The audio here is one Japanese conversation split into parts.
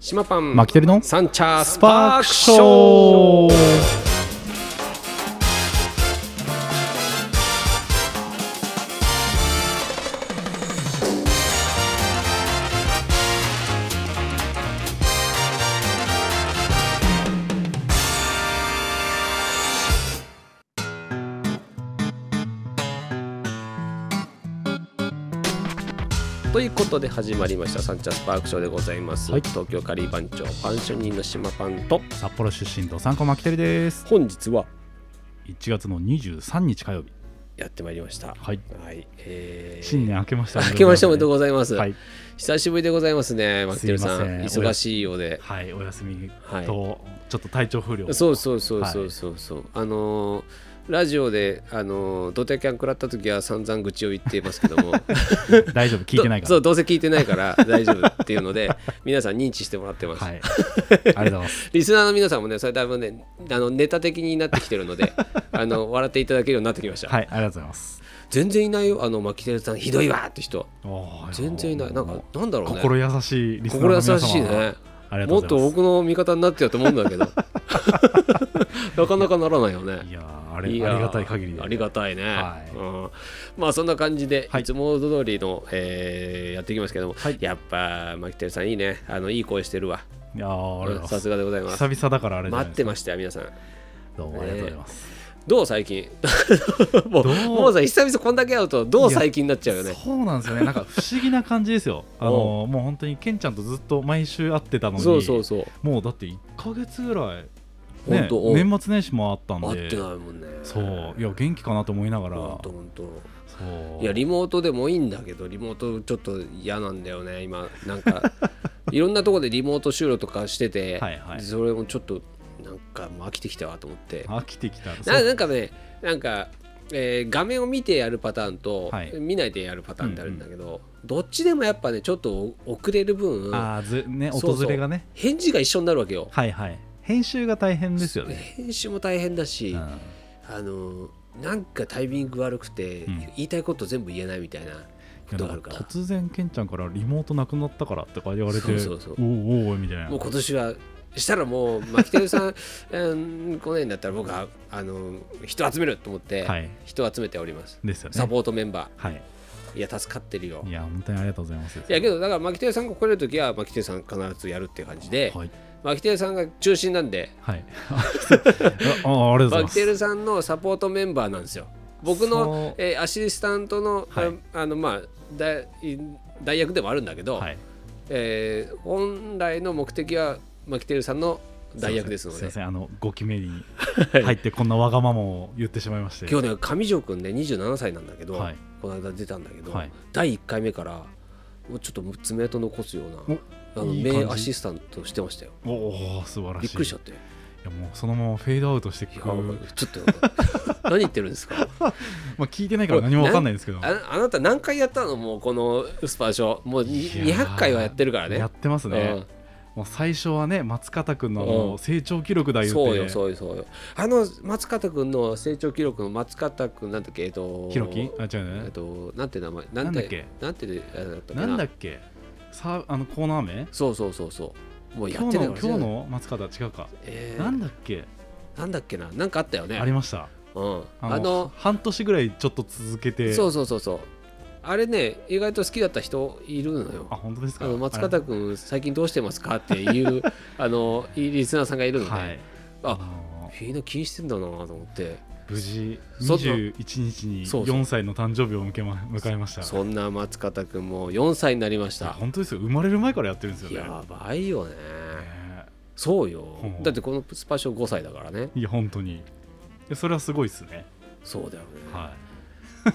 島パンマキテルのサンチャースパークショーということで始まりましたサンチャースパークショーでございます、はい東京カリー番長パンション人の島パンと札幌出身ドサンコマキテルです本日は1月の23日火曜日やってまいりましたはいはい、えー、新年明けました明けましておめでとうざいございます、はい、久しぶりでございますねマッテルさんすいません忙しいようではい、お休みはいとちょっと体調不良そううそうそうそうそうそう、あのーラジオで、あのードテキャン食らった時は散々愚痴を言っていますけども大丈夫 聞いてないかどそらうどうせ聞いてないから大丈夫っていうので皆さん認知してもらってます、 はいありがとうございますリスナーの皆さんもねそれだいぶねあのネタ的になってきてるの であの笑っていただけるようになってきました、はいありがとうございます全然いないよあの牧輝さんひどいわって人おー全然いないなんかなんだろうね心優しいリスナー心の優皆様しいねありがともうっごとざいます僕の味方になってよと思うんだけ どなかなかならないよねいやーあれいやーありがたい限りでありがたいね、はいうん、まあそんな感じで、はいい、つも通りの、えーやっていきますけども、はいやっぱ牧輝さんいいねあのいい声してるわいやーありがとうござさいすがでございまますす久々だからあれじゃない待っですてかましたよ皆さんどうもありがとうございますどう最近 もうどうもうさ久々こんだけ会うとどう最近になっちゃうよねそうなんですよねなんか不思議な感 じですよあのもう本当にケンちゃんとずっと毎週会ってたのにそうそうそうもうだって1か月ぐらい、本ね、当うん年末年始もあったん会でってないもんねそういや元気かなと思いながら本当本当そういやリモートでもいいんだけどリモートちょっと嫌なんだよね今なん かいろんなとこでリモート収録とかしててはいはいそれもちょっとなんかもう飽きてきたわと思って飽きてきたそなうなんかねなんか、えー画面を見てやるパターンと、はい見ないでやるパターンってあるんだけど、どっちでもやっぱねちょっと遅れる分あーずねそうそう訪れがね返事が一緒になるわけよ。はいはい編集が大変ですよね、編集も大変だし、うん、あのなんかタイミング悪くて、うん言いたいこと全部言えないみたいなことがあるから突然ケンちゃんからリモートなくなったからとか言われてそうそうそうおうおうおうみたいなもう今年はしたらもう牧輝さん、 うん、来ないんだったら僕はあの人集めると思って、はい人集めておりますですよねサポートメンバはいーいや助かってるよいや本当にありがとうございますいやけどだから牧輝さんが来れる時は牧輝さん必ずやるって感じではい牧輝さんが中心なんで はい。牧ああ、ありがとうございま輝さんのサポートメンバーなんですよ僕そうの、えーアシスタントの、はいああのまあ代代役でもあるんだけど、す。はい。えー本来の目的はマキテルさんの代役ですのすいでません、あの、ご決めに入って、こんなわがままを言ってしまいまして。今日ね上条君ね27歳なんだけど、はいこの間出たんだけど、はい第1回目からもうちょっと爪痕残すようなあのいい感じ名アシスタントしてましたよおお、素晴らしびい。っくりしちゃっていいや、もう、そのままフェードアウトしていやく。まちょっと何言ってるんですかあ、聞いてないから、何もわかんないんですけど。ああなた何回やったのもうこのスパーショーもうにいやー200回はやってるからねやってますうんね。もう、最初はね、松方君の、あうんの、成長記録だ言って。そうよそうよそうよあの松方君の成長記録の松方君なんだっけえっと記録金あ、違うえっね。となんて名前なんなんだってけなんてであれだったっけななんだっけ。さあ、あの、コーナー名。そうそうそうそうもうや今って日なの、いわ今日全然の松方、違うか。えーなんだっけ。なんだっけななんかあったよねありました。うんあのあの半年ぐらいちょっと続けてそうそうそうそうあれね意外と好きだった人いるのあよ本当ですあかの松方君最近どうしてますかって いうあのいいリスナーさんがいるので、はいあのフィーナ気にしてんだなと思って無事そんな21日にそうそう4歳の誕生日を迎えま迎えましたそんな松方君も4歳になりましいやた本当ですよ生まれる前からやってるんですよねやばいよねねそうよほうだってこのスパショ5歳だからねいや本当にいやそれはすごいですねそう だよねは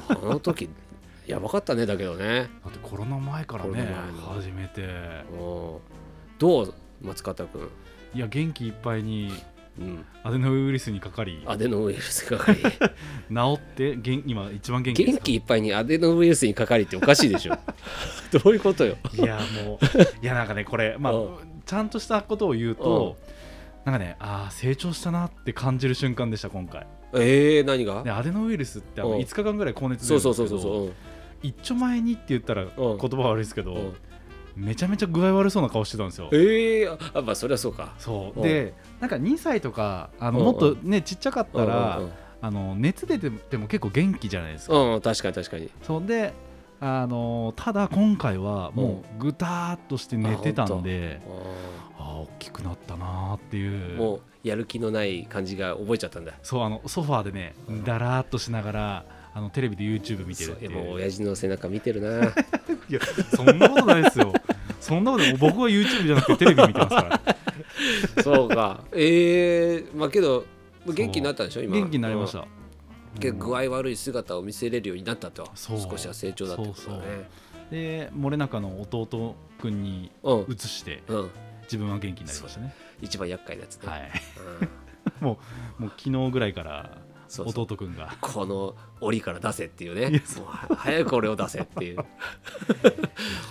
あの時やばかったねだけどねいだってコロナ前からコロナね前の始めてうんどう松方君、いや元気いっぱいにうん、アデノウイルスにかかりアデノウイルスにか かり治ってげん今一番元気です元か気いっぱいにアデノウイルスにかかりっておかしいで しょどういうことよいやも ういやなんかねこれまあうんちゃんとしたことを言うとなんかねああ成長したなって感じる瞬間でした今回えー、何がでアデノウイルスってあうのん5日間ぐらい高熱出そるうんですそうけそうそうどそ一丁前にって言ったら言葉悪いですけど、う、うんうんめちゃめちゃ具合悪そうな顔してたんですよええあまあそりゃそうかそううんでなんか2歳とかあうのんもっとねちっちゃかったらうんうんあの熱出てても結構元気じゃないですうかん、うん、確かに確かにそうであのただ今回はもうぐたーっとして寝てたんであーああー大きくなったなーっていうもうやる気のない感じが覚えちゃったんだそうあのソファーでねだらーっとしながらあのテレビで YouTube 見てるっていそううもう親父の背中見てるないやそんなことないですよそんなこと僕は YouTube じゃなくてテレビ見てますからそうかええまあけど 元気になったんでしょ今元気になりました、けど具うん合悪い姿を見せれるようになったとそう少しは成長だってことだねで森中の弟君にう移してん、うん、自分は元気になりましたね一番厄介なやつね、はいうんもう昨日ぐらいからそうそう弟君がこの檻から出せっていうねいやそもうは早く俺を出せっていう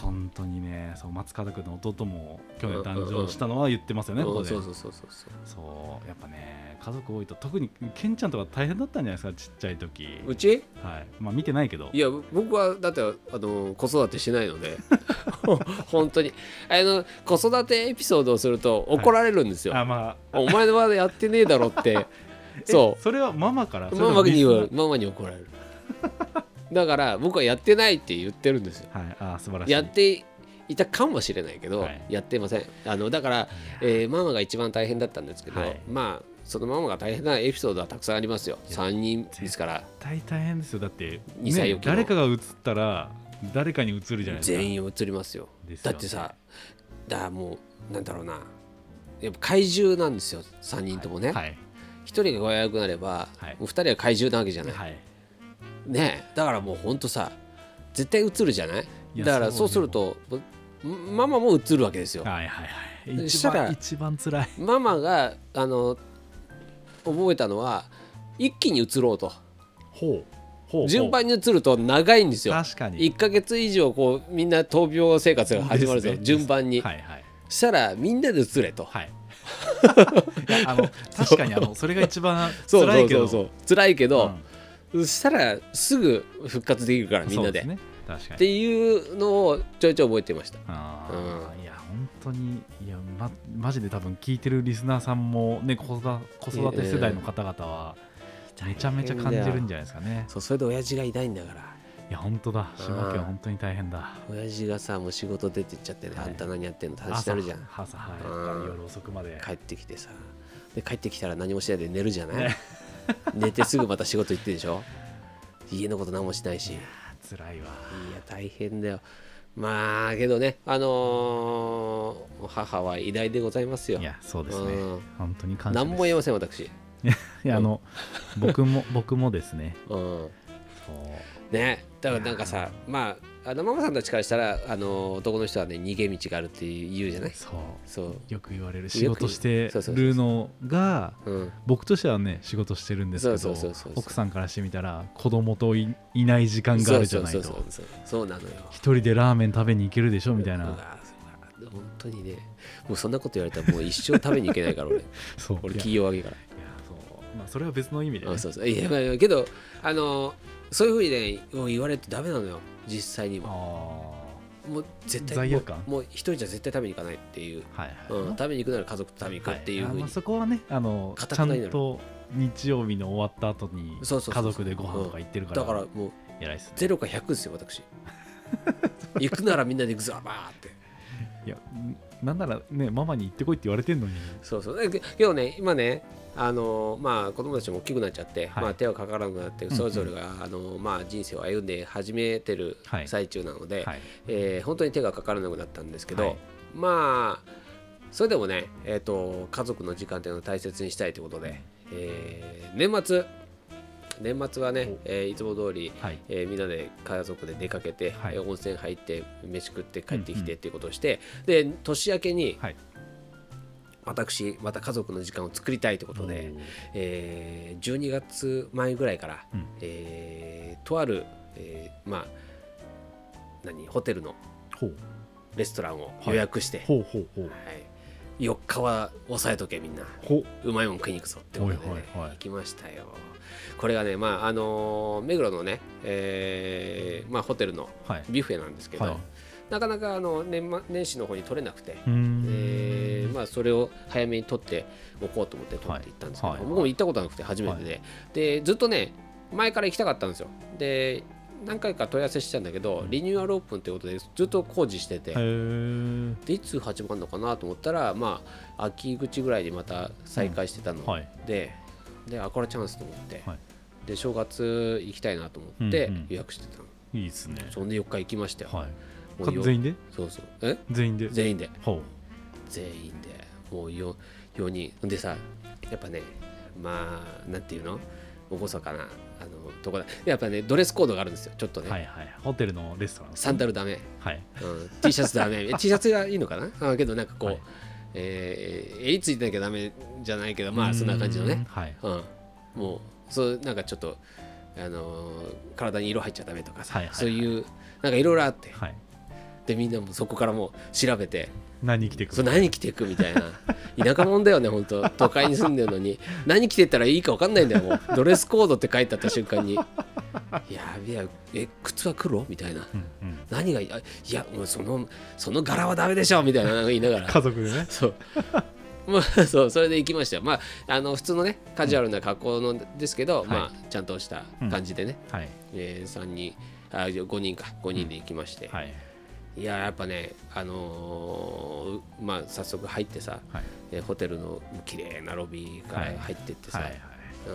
本当にねそう松方君の弟も去年誕生したのは言ってますよね、こうこんでそうそうそうそうそうそうやっぱね家族多いと特にケンちゃんとか大変だったんじゃないですかちっちゃい時うちはいまあ見てないけどいや僕はだってあの子育てしてないので 本当にあの子育てエピソードをすると怒られるんですよ、あまあお前はやってねえだろ ってそえそれはママからうそれとマもマに言われリるママに怒られるだから僕はやってないって言ってるんですよスナーはいあー素晴らしいやっていたかもしれないけど、はいやってませんあのだから、いやえーママが一番大変だったんですけど、はいまあそのママが大変なエピソードはたくさんありますよいや3人ですから絶対大変ですよだって、二歳ね置きの誰かが映ったら誰かに映るじゃないですか全員移りますよですだよってさだからもうなんだろうなやっぱ怪獣なんですよ3人ともね、はい一1人が具合悪くなれば、はいもう2人は怪獣なわけじゃない、はいねえだからもうほんとさ絶対映るじゃないいやだからそうすそうるとママも映るわけですよはいはいはいし一たら番一番辛いママがあの覚えたのは一気に移ろうとほうほ順番に移ると長いんですよ確かに1ヶ月以上こうみんな闘病生活が始まるんですよですね順番に、はいはいしたらみんなで移れと、 はいいやあの確かにあのそれが一番そう辛そいうけそどうそう辛いけうどん、そしたらすぐ復活できるからみんなでそうすね確かっにていうのをちょいちょい覚えてましたあーいや本当にいやまマジで多分聞いてるリスナーさんもね子育子育て世代の方々はめちゃめちゃ感じるんじゃないですかねそうそれで親父がいないんだからいや本当だうん島県は本当に大変だ親父がさもう仕事出てっちゃってね、はいあんた何やってんのって話に朝なるじゃん朝うはんい夜遅くまで帰ってきてさで帰ってきたら何もしないで寝るじゃない、 寝てすぐまた仕事行ってでしょ家のこと何もしないしいや辛いわ大変だよまあけどねあのー母は偉大でございますよいやそうですねうん本当に感謝何でもす言えいません私、やあの 僕も僕もですねうん、そうねだからなんかさまああのママさんたちからしたらあの男の人はね逃げ道があるって言うじゃないそうそうよく言われる仕事してそうそうそうるのがうん僕としてはね仕事してるんですけそうどそうそうそうそう奥さんからしてみたら子供といいない時間があるじゃないそうそうとそうそうそうなのよ一人でラーメン食べに行けるでしょみたいうなわそうわ本当にねもうそんなこと言われたらもう一生食べに行けないから俺そう俺 いや企業上げからいやそうまあそれは別の意味でねあそうそういやまあいやけどあのそういうふうにねもう言われるとダメなのよ実際にもあもう絶対罪悪感もうもう一人じゃ絶対食べに行かないっていう、ーはいはいうん、まあ食べに行くなら家族と食べに行くっていうふうはいあに、まあそこはねあの固ちくゃないのよんと日曜日の終わった後にそうそうそうそう家族でご飯とか行ってるかだかららもう偉いですねゼロか100ですよ 私行くならみんなで行くぞバーっていやなんならねママに行ってこいって言われてんのにそうそうだけけどね今ねあのまあ子供たちも大きくなっちゃって、はいまあ手はかからなくなってんそれぞれが、あのまあ人生を歩んで始めてるはい最中なので、はいえー本当に手がかからなくなったんですけど、はいまあそれでもねえっ、と家族の時間っていうのを大切にしたいということで、えー年末年末はね、えーいつも通りはいえーみんなで家族で出かけて、はいえー温泉入って飯食って帰ってきてっていうことをして、で年明けにはい私また家族の時間を作りたいということで、えー12月前ぐらいから、うんえーとある、えーまあ何ホテルのほうレストランを予約して、ほうほうほうはい4日は押さえとけみんなほううまいもん食いに行くぞってことで、ねはいはいはい行きましたよこれがねまああのー目黒のね、えーまあ、ホテルのはいビュッフェなんですけど、はいなかなかあの年末年始の方に取れなくて、うんえーまあ、それを早めに取っておこうと思って取っていったんですけど、はいはい僕も行ったことなくて初めてで,、でずっとね前から行きたかったんですよで何回か問い合わせしてたんだけどリニューアルオープンということでずっと工事してて、へーでいつ始まるのかなと思ったらまあ秋口ぐらいでまた再開してたのはいで,、であこれチャンスと思って、はいで正月行きたいなと思ってうんうん予約してたの、いいですねそんで4日行きましたよ、はいもうかよ全員でそうそうえ全員で全員でほ全員でもう 4, 4人でさやっぱねまあなんていうの厳かなあのとこだやっぱねドレスコードがあるんですよちょっとうね、はいはいホテルのレストランサンダルダメ、はいうん、T シャツダ メえ T シャツがいいのかなあけどなんかこう、はいえー襟ついてなきゃダメじゃないけどまあそんな感じのうんねはいうん、もうそうなんかちょっとあのー体に色入っちゃダメとかさ、はいはいはいそういうなんかいろいろあってはいでみんなもそこからもう調べて何着てくそるれ何着ていくみたいな田舎者だよね本当都会に住んでるのに何着てったらいいか分かんないんだよもうドレスコードって書いてあった瞬間にやべええ靴は黒みたいなうんうん何がいいあいやもうそのその柄はダメでしょみたいななんか言いながら家族でねそうまあそうそれで行きましたよまああの普通のねカジュアルな格好のですけど、いまあちゃんとした感じでね、はいえー、3人あ5人か5人で行きまして、はいいややっぱねあのーまあ早速入ってさ、はいえーホテルの綺麗なロビーから入ってってさ、はいはいう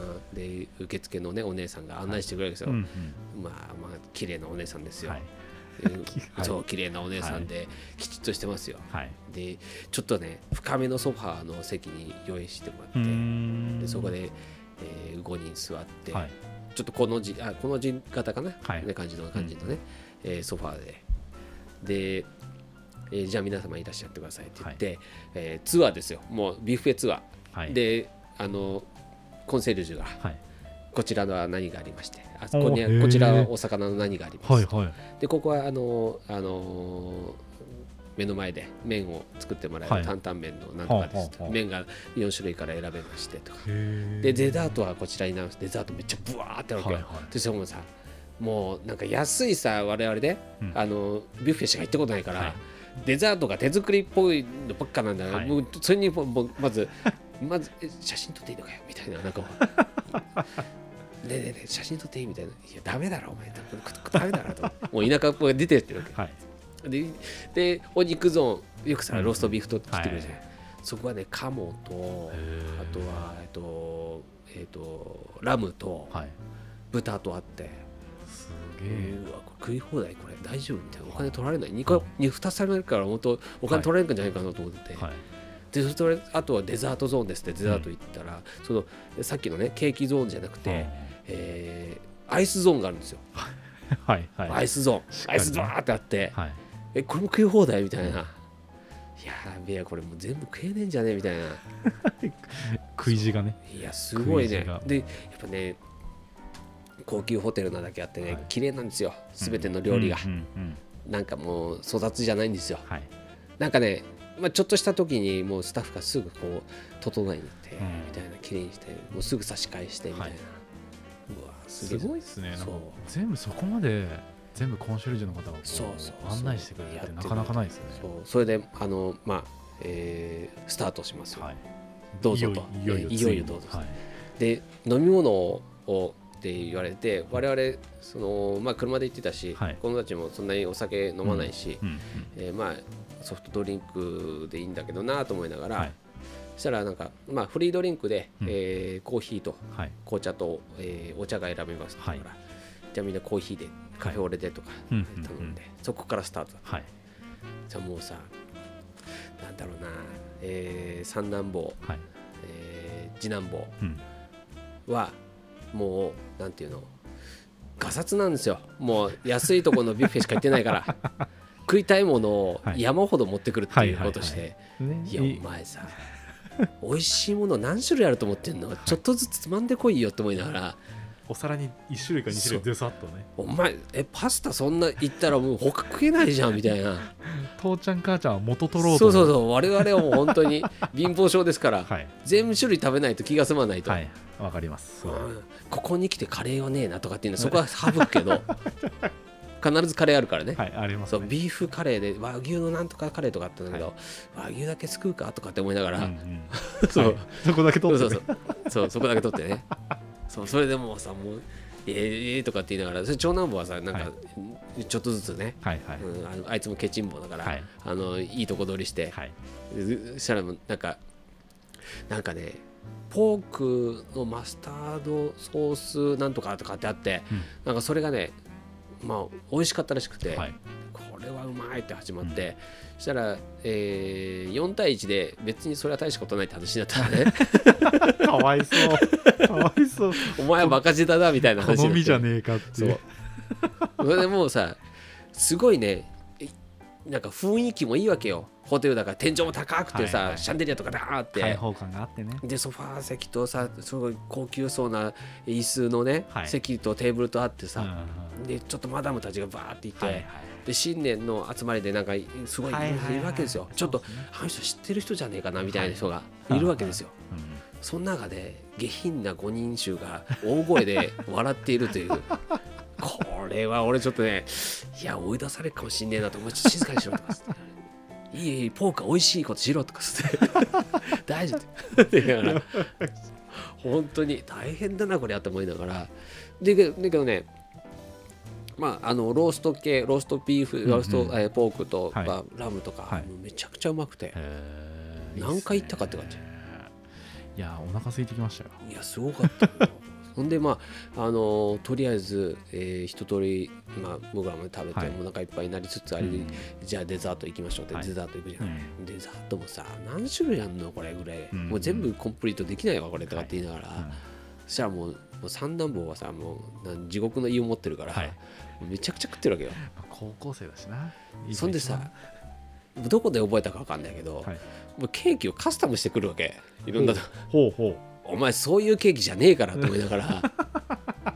んで受付のねお姉さんが案内してくれるんですよ、うんうんまあまあ綺麗なお姉さんですよ、はいえー はいそう綺麗なお姉さんで、きちっとしてますよはいでちょっとね深めのソファーの席に用意してもうらーってんでそこで、えー5人座って、はいちょっとこの字あこの字型かな、はいね感じの感じのね、えーソファーでで、えーじゃあ皆様いらっしゃってくださいって言って、えーツアーですよもうビュッフェツアー、はいであのコンセルジュがはいこちらは何がありましてあそこにはおへーこちらはお魚の何があります、はいはいでここはあのあの目の前で麺を作ってもらえはるい担々麺のなんとかですと、はあはあはあ麺が4種類から選べましてとかへでデザートはこちらになるんですデザートめっちゃブワーってあるわけよ、はいはいでそれもさもうなんか安いさ我々ね、うんあのビュッフェしか行ったことないから、はいデザートが手作りっぽいのばっかなんだよ、はいもうそれにもうもうまずまずえ写真撮っていいのかよみたいななんかも うねえねえねえ写真撮っていいみたいないやダメだろお前ダメだろともう田舎っぽい出てってるわけはいででお肉ゾーンよくさローストビーフとってきてくるじゃん、はそこはね鴨とーあとはえっとえっとラムとはい豚とあって、すげえうわこれ食い放題これ大丈夫みたいなお金取られない2個二二つされるから本当お金取られるんじゃないかなと思ってて、はいでそれとあとはデザートゾーンですってデザート行ったら、そのさっきのねケーキゾーンじゃなくて、えーアイスゾーンがあるんですよ、うんはいはいアイスゾーン、しっかアりイねスドワーってあって、はいえこれも食い放題みたいな、いやーべえこれもう全部食えねえんじゃねえみたいな食い地がねいやすごい食い意ね地がでやっぱね高級ホテルなだけあってね、はい綺麗なんですよ全ての料理が、うんうんうんなんかもう粗雑じゃないんですよはいなんかね、まあ、ちょっとした時にもうスタッフがすぐこう整えに行って、うんみたいな綺麗にしてもうすぐ差し替えしてみたいな、はいうわすすげえごいですねなんかそう全部そこまで全部コンシェルジュの方がこうそうそうそう案内してくれるってなかなかないですねそうそれであのまあえースタートしますよ、はいどうぞといよいよえーいよつにどうぞと、はいで飲み物をって言われて我々その、まあ、車で行ってたし、はい子供たちもそんなにお酒飲まないし、うんうんえーまあ、ソフトドリンクでいいんだけどなと思いながら、はいそしたらなんか、まあ、フリードリンクで、うんえーコーヒーとはい紅茶と、えーお茶が選べますだから、はじゃあみんなコーヒーでカフェオレでとかうん頼うんうんんで、そこからスタートだはいじゃあもうさなんだろうな、えー三男坊、はいえー次男坊うんはもうなんていうのガサツなんですよもう安いところのビュッフェしか行ってないから 食いたいものをはい山ほど持ってくるっていうことして、いねやお前さ美味しいもの何種類あると思ってんのちょっとずつつまんでこいよって思いながらお皿に一種類か二種類そでさっとね「お前えパスタそんな行ったらもう他食えないじゃん」みたいな父ちゃん母ちゃんは元取そろううとそう思そう我々はもう本当に貧乏症ですから、はい全部種類食べないと気が済まないと、はいわかります うんここに来てカレーはねえなとかっていうのはそこは省くけど必ずカレーあるからね、はい、ありますそね。うビーフカレーで和牛のなんとかカレーとかあったんだけど、和牛だけすくうかとかって思いながら、うんう んそうはいそこだけ取ってそうねそうそうそうそこだけ取ってねそうそれでもうさもうえー、えーとかって言いながらそれ長男坊はさなんか、はちょっとずつね、はいはいうん、あのあいつもケチン坊だから、はいあのいいとこ取りして、はいそしたらもうなんかなんかねポークのマスタードソースなんとかとかってあって、うんなんかそれがねまあ美味しかったらしくて、はいこれはうまいって始まって、そしたら、えー4対1で別にそれは大したことないって話になったらね かわいそうかわいそうお前はバカ舌だみたいな話になって好みじゃねえかってそいううそれでもうさすごいねいなんか雰囲気もいいわけよホテルだから天井も高くてさ、はいはいシャンデリアとかダーって、開放感があってねでソファー席とさすごい高級そうな椅子のね、はい席とテーブルとあってうんうんさ、でちょっとマダムたちがバーっていて、はいはいで新年の集まりでなんかすごいいはいはいはいるわけですよ、ちょっとそうですねあの人知ってる人じゃねえかなみたいな人がはいいるわけですよ、うんその中で下品な5人衆が大声で笑っているという これは俺ちょっとねいや追い出されるかもしんねえなと思って静かにしろとかっつっていいいいポーカー美味しいことしろとかっつって 大丈夫って言いながら 本当に大変だなこれやって思いながらでけだけどねまあ、あのロースト系ローストビーフ、ロースト、うんうんえーポークと、はいまあラムとか、はいもうめちゃくちゃうまくて、へー何回行ったかって感じいいすねいやお腹空いてきましたよいやすごかったよ ほんでまああのーとりあえず、えー一通りまあ僕らも食べて、はいお腹いっぱいになりつつあり、うんじゃあデザート行きましょうって、はいデザート行くじゃうない、んデザートもさ何種類あんのこれぐらい、うんもう全部コンプリートできないわこれとかって言いながら、うんそしたらもうもう三男坊はさもうなん地獄の胃を持ってるから、はいもうめちゃくちゃ食ってるわけよまあ高校生だしなそんでさどこで覚えたか分かんないけど、はいもうケーキをカスタムしてくるわけいろんなとほうほうお前そういうケーキじゃねえからと思いながら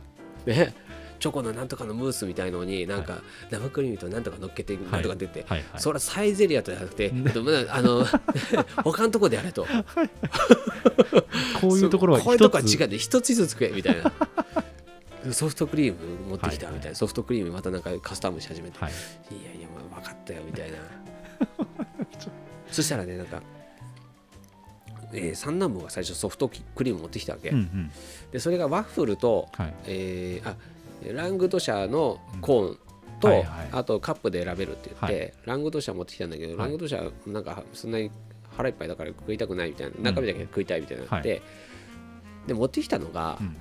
ねチョコのなんとかのムースみたいのになんか生クリームとなんとか乗っけてなんとか出て、はいはいそれはサイゼリアとじゃなくて、えっとまだあの 他のとこでやれとこういうところはそうこういうと一こはつ違うんで一つずつ食えみたいな ソフトクリーム持ってきたみたいな、はいはいソフトクリームまたなんかカスタムし始めて、はいいやいや、まあ、分かったよみ たいな。そしたらね、なんか、えー三男坊が最初ソフトクリーム持ってきたわけ。うんうんで、それがワッフルと、はいえーあラングドシャのコーンと、うんはいはいあとカップで選べるって言って、はラングドシャ持ってきたんだけど、ラングドシャなんかそんなに腹いっぱいだから食いたくないみたいな、中身だけ食いたいみたいになって、で持ってきたのが、うん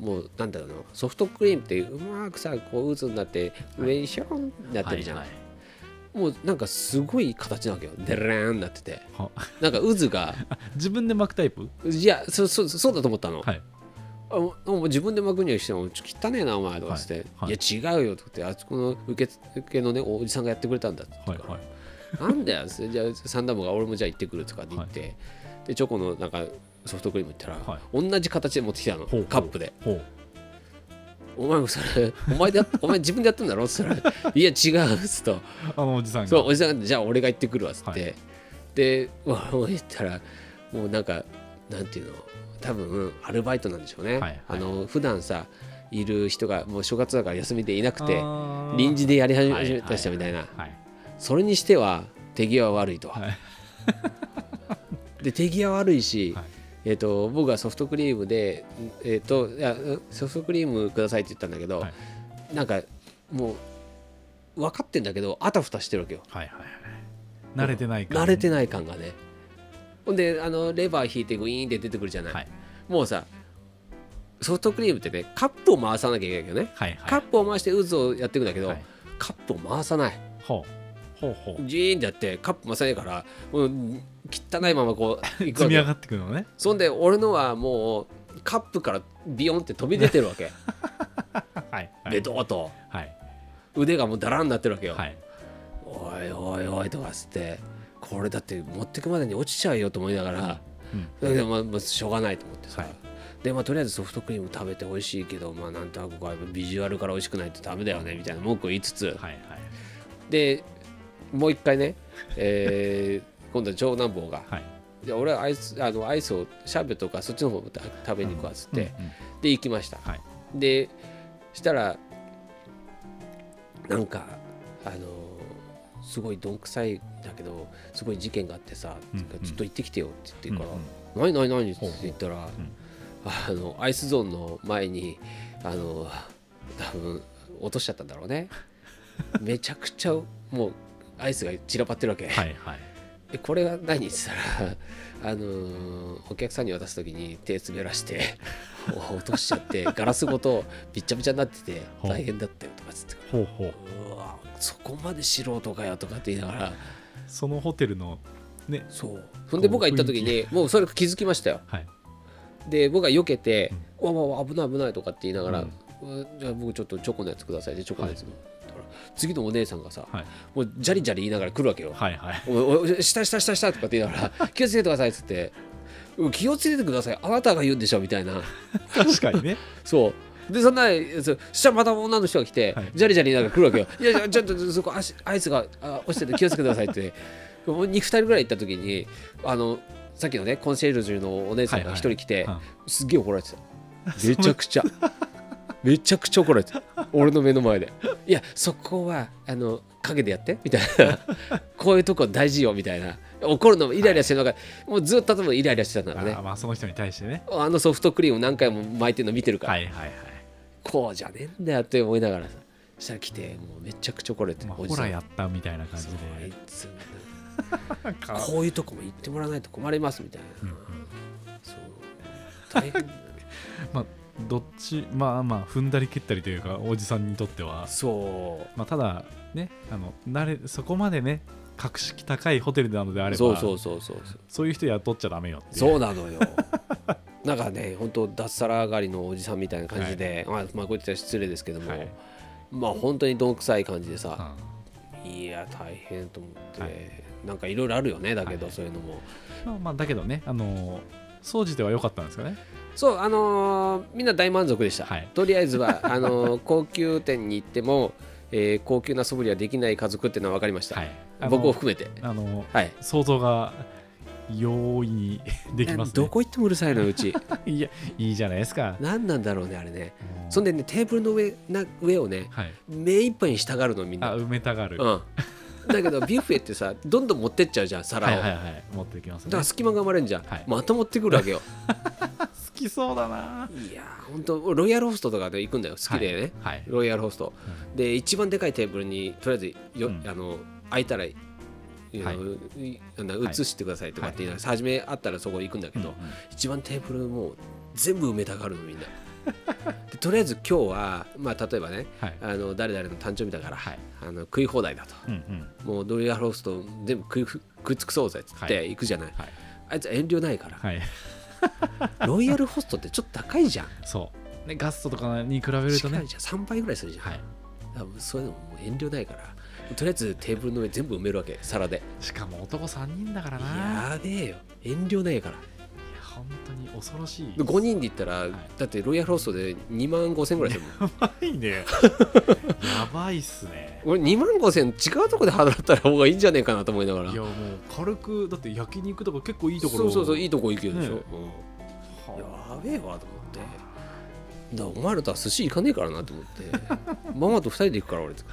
もうなんだろうなソフトクリームってうまくさこう渦になって上にシャーンってなってるじゃん、はいもうなんかすごい形なわけよデレーンなってては なんか渦が自分で巻くタイプいやそそそうだと思ったの、はいあもうもう自分で巻くにはしてもちょ汚ねえなお前とかっつって、はいいや違うよとかってあそこの受け受けのねおじさんがやってくれたんだっては言いうから、はいなんだよそれじゃあサンダムが俺もじゃあ行ってくるとかって言って、でチョコのなんかソフトクリーム行ったら、は同じ形で持ってきたのほうほうカップでほうお前もそれお前でやっお前自分でやったんだろっつったら「いや違う」っつとあのおじさんがそうおじさんがじゃあ俺が行ってくるわっつって、はで 俺も行ったらもうなんかなんていうの多分アルバイトなんでしょうね、はいはいあの普段さいる人がもう正月だから休みでいなくてあー臨時でやり始はいめた人みたいな、はいそれにしては手際悪いと、はい で手際悪いし、はいえー、と僕はソフトクリームで、えー、といやソフトクリームくださいって言ったんだけど、はいなんかもう分かってんだけどあたふたしてるわけよはいはいはい慣れてないから慣れてない感がねほんであのレバー引いてグイーンって出てくるじゃない、はいもうさソフトクリームってねカップを回さなきゃいけないけどね、はいはいカップを回して渦をやっていくんだけど、はいカップを回さないほうほうほうジーンってやってカップ回さないからもう汚いままこ ういく積わけみ上よがってくるのねそんで俺のはもうカップからビヨンって飛び出てるわけはいはベいトーとはい腕がもうだらになってるわけよ、はいおいおいおいとかっつってこれだって持ってくまでに落ちちゃうよと思いながら、うんだけどまあ、まあ、しょうがないと思ってさ、はいでまあとりあえずソフトクリーム食べて美味しいけどまあなんとなくこうビジュアルから美味しくないとダメだよねみたいな文句を言いつつはいはいでもう一回ね、えー 今度は長男坊がはい「じゃあ俺はアイスあのアイスをシャーベットかそっちの方もた食べに行くわ」っつって、うんうんで行きましたはいでしたらなんかあのすごいどんくさいんだけどすごい事件があってさ、うんうんちょっと行ってきてよって言ってから「うんないないない」って言ったら、んあのアイスゾーンの前にあの多分落としちゃったんだろうねめちゃくちゃもうアイスが散らばってるわけ、はいはいえこれは何って言ったら、あのーお客さんに渡す時に手滑らして 落としちゃってガラスごとびっちゃびちゃになっててほう大変だったよとかつってほうほううわそこまで素人かよとかって言いながらそのホテルのねそうほんで僕が行った時にもうそれ気づきましたよはいで僕が避けて「わわわ危ない危ない」とかって言いながらうん「うわじゃあ僕ちょっとチョコのやつください」でチョコのやつ、ほら次のお姉さんがさ、はいもうジャリジャリ言いながら来るわけよはいはいおいおい下下下下とかって言いながら気をつけてくださいっつってうん気をつけてくださいあなたが言うんでしょみたいな確かにね そうでそんなそう下また女の人が来て、はいじゃりじゃりなんか来るわけよ いやいやちょっとそこ足アイスがあ落ちてて気をつけてくださいって もう2人ぐらい行った時にあのさっきのねコンシェルジュのお姉さんが1人来て、うんすっげえ怒られてた めちゃくちゃめちゃくちゃ怒られてた俺の目の前でいやそこはあの陰でやってみたいな こういうとこ大事よみたいな怒るのもイライラしてるのが、もうずっと多分イライラしてたんだろうねあまあその人に対してねあのソフトクリーム何回も巻いてるの見てるから、はいはいはいこうじゃねえんだよって思いながらさそしたら来てもうめちゃくちゃ怒られて、まあおほじさらんやったみたいな感じそうあいでつこういうとこも行ってもらわないと困りますみたいな、そう大 変だよまあどっちまあまあ踏んだり蹴ったりというかおじさんにとってはそうまあただねあの慣れそこまでね格式高いホテルなのであればそうそうそうそうそうそういう人雇っちゃダメよっていうそうなのよ なんかね本当脱サラ上がりのおじさんみたいな感じで、まあ、まあこう言ってたら失礼ですけども、はいまあ本当にどんくさい感じでうさ、んいや大変と思って、はいなんかいろいろあるよねだけど、はいそういうのもまあまあだけどねあの掃除では良かったんですよねそうあのーみんな大満足でした、はいとりあえずはあのー 高級店に行っても、えー高級な素振りはできない家族っていうのは分かりました、はいあの僕を含めてあのはい想像が容易にできますどねこ行ってもうるさいのうち いやいいじゃないですか何なんだろうねあれねもうそんでねテーブルの上な上をねはい目いっぱいにしたがるのみんなあ埋めたがるはうん、だけどビュッフェってさどんどん持ってっちゃうじゃん皿を、いはいはい持ってきますだねから隙間が生まれるじゃん、はいまた持ってくるわけよ好きそうだないやーほんとロイヤルホストとかで行くんだよ好きでね、はいはいロイヤルホストで一番でかいテーブルにとりあえずよ、うんあの空いたらいはいいあの移してくださいとかって言いながら、初めあったらそこ行くんだけうんど、一番テーブルもう全部埋めたがるのみん なでとりあえず今日は、まあ、例えばねはいあの誰々の誕生日だから、はいあの食い放題だと、うんうんもうドリアロースト全部食い食い尽くそうぜっつっはて行くじゃない、はいあいつ遠慮ないから、はいロイヤルホストってちょっと高いじゃん そうねガストとかに比べると近ねいじゃん3倍ぐらいするじゃん、はいだからそういうのももう遠慮ないからとりあえずテーブルの上全部埋めるわけ皿でしかも男3人だからないやべえよ遠慮ないからや本当に恐ろしい5人で言ったら、だってロイヤルホストで2万5千ぐらいするもんやばいねやばいっすね 俺2万5千違うとこで働いたら方がいいんじゃねえかなと思いながらいやもう軽くだって焼肉とか結構いいところそうそうそういいいとこ行くよでしょ、ねうんやべえわと思ってだからお前らとは寿司行かねえからなと思ってママと2人で行くから 俺とか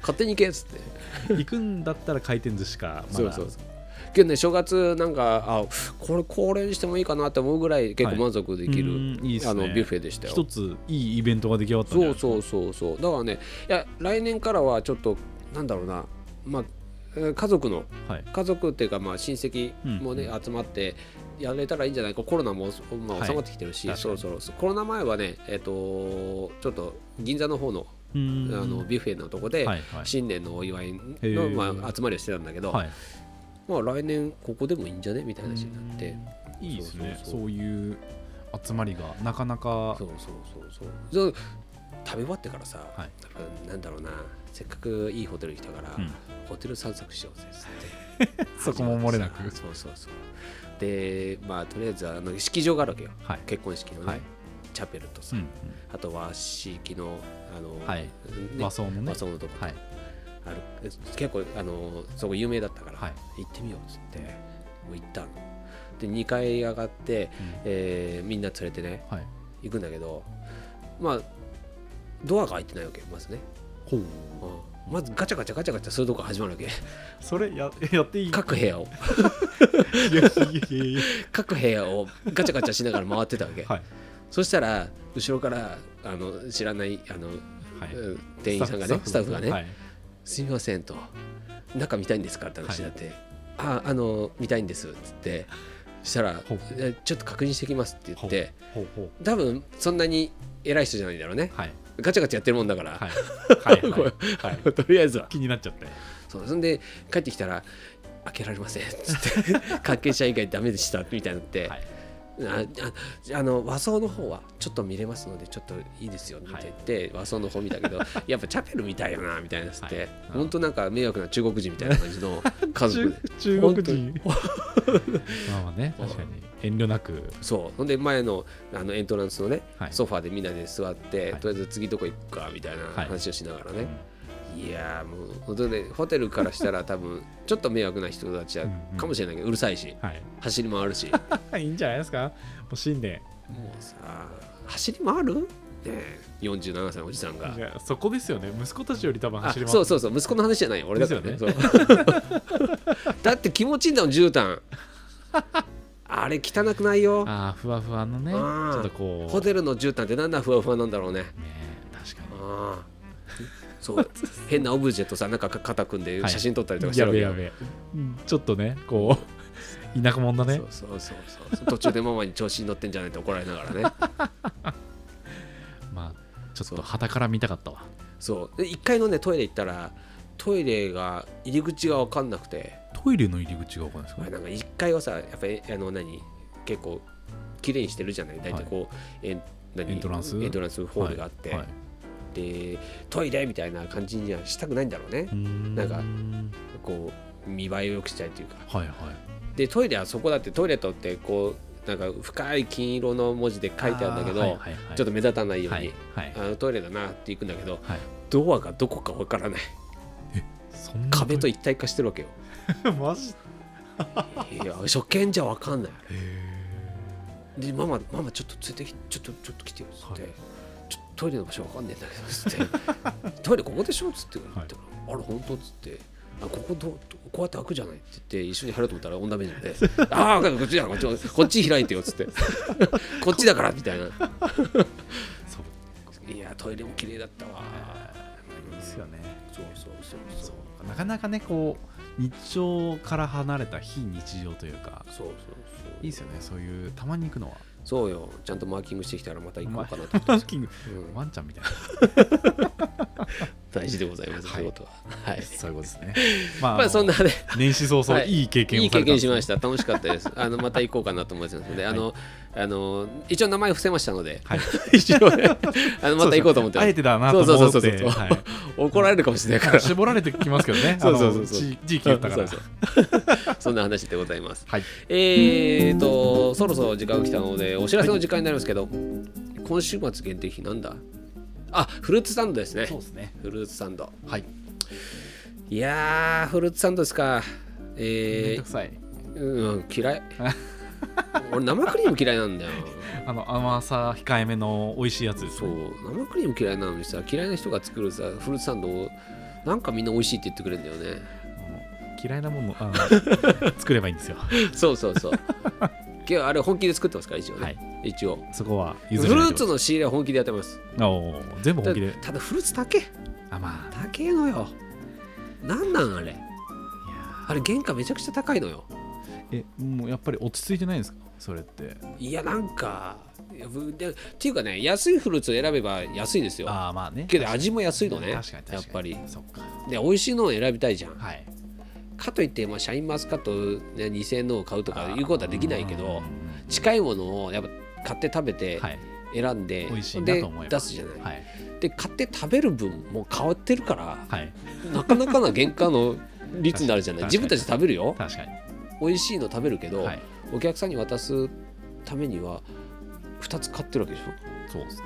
勝手に行けっつって行くんだったら回転寿司かまだそうそうそうけどね正月なんかあこれ恒例にしてもいいかなって思うぐらい結構満足できる、はいうんいいっすねあのビュッフェでしたよ一ついいイベントが出来上がったんじゃそないそううそうそうだからねいや来年からはちょっとなんだろうなまあえー家族のはい家族っていうかまあ親戚もね、集まってやれたらいいんじゃないかコロナも、まあ、はい収まってきてるし、確そかろにそろコロナ前はねえっ、とちょっと銀座の方のうあんのビュッフェのとこで、はいはい新年のお祝いへの、ーまあ、集まりをしてたんだけど、はいまあ来年ここでもいいんじゃねみたいな話になってうんいいですねそうそうそうそういう集まりがなかなかそうそうそうそうそう食べ終わってからさ、はいやっぱなんだろうなせっかくいいホテルに来たから、うんホテル散策しようぜっつってそこも漏れなくそうそうそうでまあとりあえずあの式場があるわけよはい結婚式のね、はいチャペルとうさ、んうんあと和式のあの、はいね和装のね和装のとこ、はいある結構あのそこ有名だったから、はい行ってみようっつってもう行ったので2階上がって、うんえーみんな連れてねはい行くんだけどまあドアが開いてないわけまずねほううんまずガチャガチャガチャガチャするとこ始まるわけ それや やっていい各部屋を いやいやいやいや各部屋をガチャガチャしながら回ってたわけ、はいそしたら後ろからあの知らないあの、はいうん店員さんがねスタッフがね、はいすみませんと中見たいんですかって話になって、ああの見たいんですっつってそしたらほうえちょっと確認してきますって言ってほうほう多分そんなに偉い人じゃないんだろうねはいガチャガチャやってるもんだから、はい はいはいこはいとりあえずは気になっちゃってそうそんで帰ってきたら開けられませんっつって関係者以外ダメでしたみたいになって、はいあああの和装の方はちょっと見れますのでちょっといいですよみたいな言って、和装の方見たけ どやっぱチャペルみたいよなみたいなっつって、はいうん本当なんか迷惑な中国人みたいな感じの家族で 中国国人人 まあま あねうん確かに遠慮なくそうほんで前のあのエントランスのね、はいソファーでみんなで座って、はいとりあえず次どこ行くかみたいなはい話をしながらうねん、い、やーもう本当ねホテルからしたら多分ちょっと迷惑な人たちだかもしれないけどうるさいしはい 走り回るしいいんじゃないですかもう新年もうさ走り回るって47歳のおじさんがい。やそこですよね息子たちより多分あ走り回そうそうそう息子の話じゃないよ俺だからねですそうだって気持ちいいんだもん絨 毯あれ汚くないよああふわふわのねちうんょっとこうホテルの絨毯ってなんだふわふわなんだろうねね確かにああそう変なオブジェとさなんか肩組んではい写真撮ったりとかしてやるわけべよやべうんちょっとね こう田舎者だねそうそうそうそう途中でママに調子に乗ってんじゃないって怒られながらね まあちょっと旗から見たかったわそうで1階のねトイレ行ったらトイレが入り口が分かんなくてトイレの入り口がわかんないですまあなんか1階はさやっぱりあの何結構綺麗にしてるじゃない大体こう、えん何エントランスエントランスホールがあって、はいはいでトイレみたいな感じにはしたくないんだろうね、うーんなんかこう見栄えを良くしたいというかはいはいでトイレはそこだってトイレットってこうなんか深い金色の文字で書いてあるんだけど、ちょっとっ目立たないように、はいはいあのトイレだなって行くんだけど、はいドアがどこかわからないそんな壁とい一体化してるわけよマジ いや初見じゃわかんないへでママママちょっと連れてきちょっとちょっと来てよっつって、はいちょっとトイレの場所わかんねえんだけどっつって トイレここでしょっつって言ったら、あれ本当っつってあここどうこうやって開くじゃないって言って一緒に入ろうと思ったら女目になって「ああこっちだこっちこっち開いてよ」っつ って「こっちだから」みたいな「えそういやトイレも綺麗だったわで」すよねそうそうそうそうそうなかなかねこう日常から離れた非日常というかそうそういいですよねそういうたまに行くのはそうよちゃんとマーキングしてきたらまた行こうかなと思ってマまーす、キング うんワンちゃんみたいな大事でございます、そはいういうことははい そういうことです ねまあ、まあそんなね年始早々はいいい経験をいいさ経れた験んですしねました。楽しかったです。あのまた行こうかなと思ってますので、あの、あの一応名前伏せましたので、はい 一応ね、 あのまた行こうと思ってあまえす。てだなと思ってそうそうそうそうはい怒られるかもしれないから。そう絞られてきますけどね そうそうそうあの地地域そだうったからそうそんな話でございます。はいえーと、そろそろ時間が来たので、お知らせの時間になりますけど、今週末限定品なんだあ、フルーツサンドですね。そうですねフルーツサンド。はいいやー、フルーツサンドですか。めんえどくさいー、うん、 嫌い。俺、生クリーム嫌いなんだよ。あの甘さ控えめの美味しいやつですそねう生クリーム嫌いなのにさ嫌いな人が作るさフルーツサンドをなんかみんな美味しいって言ってくれるんだよね嫌いなも のあの作ればいいんですよそうそうそう今日あれ本気で作ってますから一応ね、はい一応そこはフ譲ルれないーツの仕入れは本気でやってますおー全部た本気でただフルーツ高えあまあ高えのよなんなんあれあれ原価めちゃくちゃ高いのよえもうやっぱり落ち着いてないんですかそれっていやなんかいやぶでっていうかね安いフルーツを選べば安いですよああまあねけど味も安いのね確かに確かにやっぱりそっかで美味しいのを選びたいじゃんはいかといって、まあ、シャインマスカット、ね、2000円のを買うとかいうことはできないけうどん近いものをやっぱ買って食べてはい選んで、美味しいなでと思えば出すじゃない、はいで買って食べる分も変わってるからはいなかなかな原価の率になるじゃない自確かに分たち食べるよ確かに美味しいの食べるけど、はいお客さんに渡すためには2つ買ってるわけでしょ、そうですね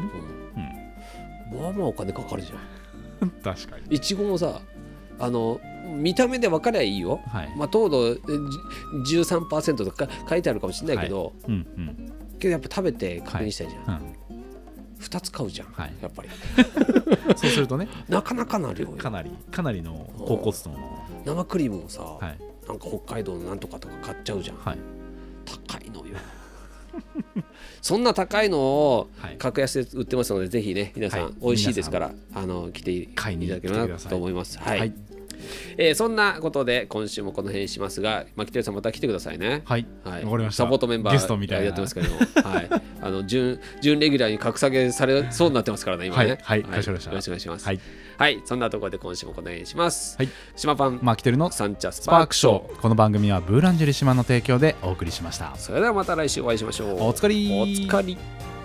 ううん、まあまあお金かかるじゃんん確かにいちごもさあの見た目で分かりゃいいよはいまあ、糖度えじ13%とか書いてあるかもしれないけど、うんうんけどやっぱ食べて確認したいじゃん、うん2つ買うじゃん、はいやっぱり そうするとね、なかなかな量よかなり、かなりの高コストの。生クリームもさ、はい。なんか北海道のなんとかとか買っちゃうじゃんはい。高いのよ そんな高いのをはい。格安で売ってますのでぜひね皆さん、はい美味しいですからあの来てい買いにただければ来てくなださいと思いますは、はいい。えーそんなことで今週もこの辺にしますが牧田さんまた来てくださいねはい。はい、わかりましたサポートメンバーゲストみたいなやってますけども、はい、 あの準準レギュラーに格下げされそうになってますからね、今ね。はいはいかしこまりましたよろしくお願いします。は、はいい。そんなところで今週もこの辺にします。はい、島パン、マーキテルのスサンチャスパパーーククシショョー。ー。この番組はブーランジュリ島の提供でお送りしました。それではまた来週お会いしましょう。お疲れお疲れ。